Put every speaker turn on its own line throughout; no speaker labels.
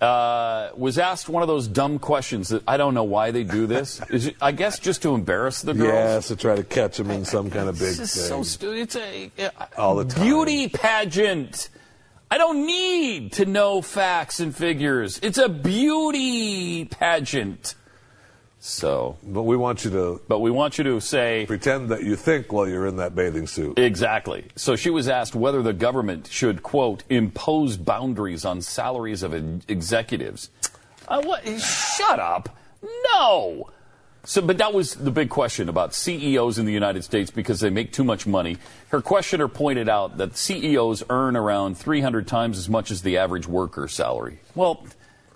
uh, was asked one of those dumb questions that I don't know why they do this. Is it- I guess just to embarrass the girls.
Yes, to try to catch them in some kind of big
This is so
thing.
stupid. It's a
All the time.
beauty pageant. I don't need to know facts and figures. It's a beauty pageant. So,
but we want you to
but we want you to say
pretend that you think while you're in that bathing suit.
Exactly. So she was asked whether the government should, quote, impose boundaries on salaries of e- executives. Uh, what? Shut up. No. So, but that was the big question about CEOs in the United States because they make too much money. Her questioner pointed out that CEOs earn around 300 times as much as the average worker salary. Well,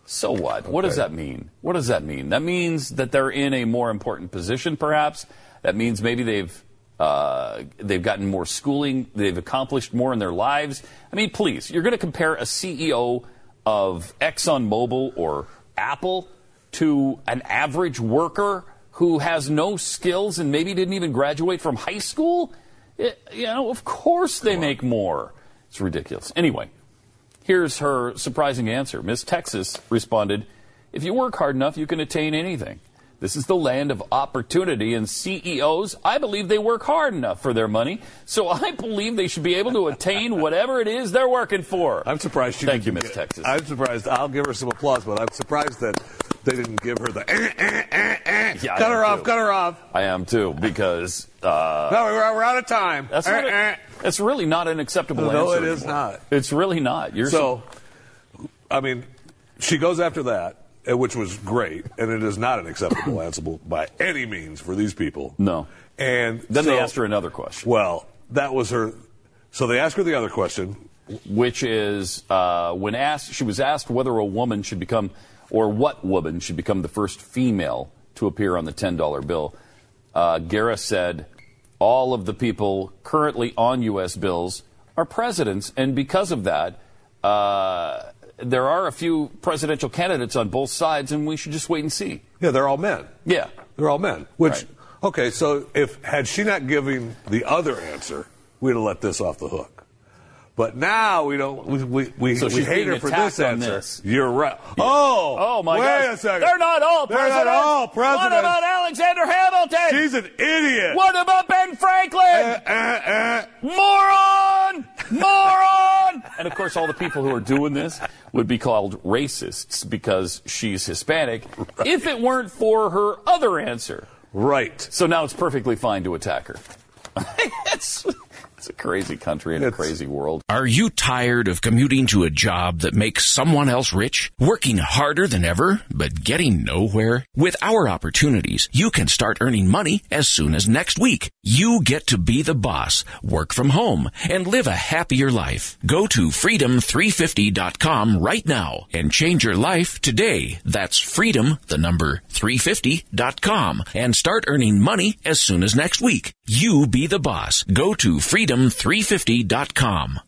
so what? What does that mean? What does that mean? That means that they're in a more important position, perhaps. That means maybe they've uh, they've gotten more schooling, they've accomplished more in their lives. I mean, please, you're going to compare a CEO of ExxonMobil or Apple to an average worker who has no skills and maybe didn't even graduate from high school? It- you know, of course they make more. It's ridiculous. Anyway, Here's her surprising answer. Miss Texas responded, If you work hard enough, you can attain anything. This is the land of opportunity, and CEOs, I believe they work hard enough for their money, so I believe they should be able to attain whatever it is they're working for.
I'm surprised she.
Thank you,
didn't
Miss
get-
Texas.
I'm surprised. I'll give her some applause, but I'm surprised that they didn't give her the. Eh, eh, eh, eh.
Yeah, I
cut her
am
off.
too.
Cut her off.
I am too, because uh,
no, we're, we're out of time.
that's,
Eh,
not
eh.
a, that's really not an acceptable
No,
answer.
it is
anymore.
not.
It's really not. You're
So, I mean, she goes after that, eh, which was great, and it is not an acceptable answer by any means for these people.
No.
And
Then they
so-
asked her another question,
Well, that was her. So they asked her the other question.
which is uh, when asked, she was asked whether a woman should become, or what woman should become the first female to appear on the $10 bill. Uh, Guerra said, All of the people currently on U.S. bills are presidents, and because of that, uh, there are a few presidential candidates on both sides, and we should just wait and see.
Yeah, they're all men.
Yeah.
They're all men. Which,
Right.
okay, so if had she not given the other answer, we'd have let this off the hook. But now we don't. We we, we,
So
we
she's
hate
being
her for
attacked
this
on
answer.
this.
You're right. Oh,
Oh, my
wait
gosh.
a second.
They're not all
They're
presidents.
not all presidents.
What about Alexander Hamilton?
She's an idiot.
What about Ben Franklin?
Eh, eh, eh.
Moron! Moron! and of course, all the people who are doing this would be called racists because she's Hispanic if it weren't for her other answer.
Right.
So now it's perfectly fine to attack her. it's, it's a crazy country and a
It's-
crazy world.
Are you tired of commuting to a job that makes someone else rich? Working harder than ever, but getting nowhere? With our opportunities, you can start earning money as soon as next week. You get to be the boss, work from home, and live a happier life. Go to freedom350.com right now and change your life today. That's freedom, the number 350.com and start earning money as soon as next week. You be the boss. Go to freedom350.com.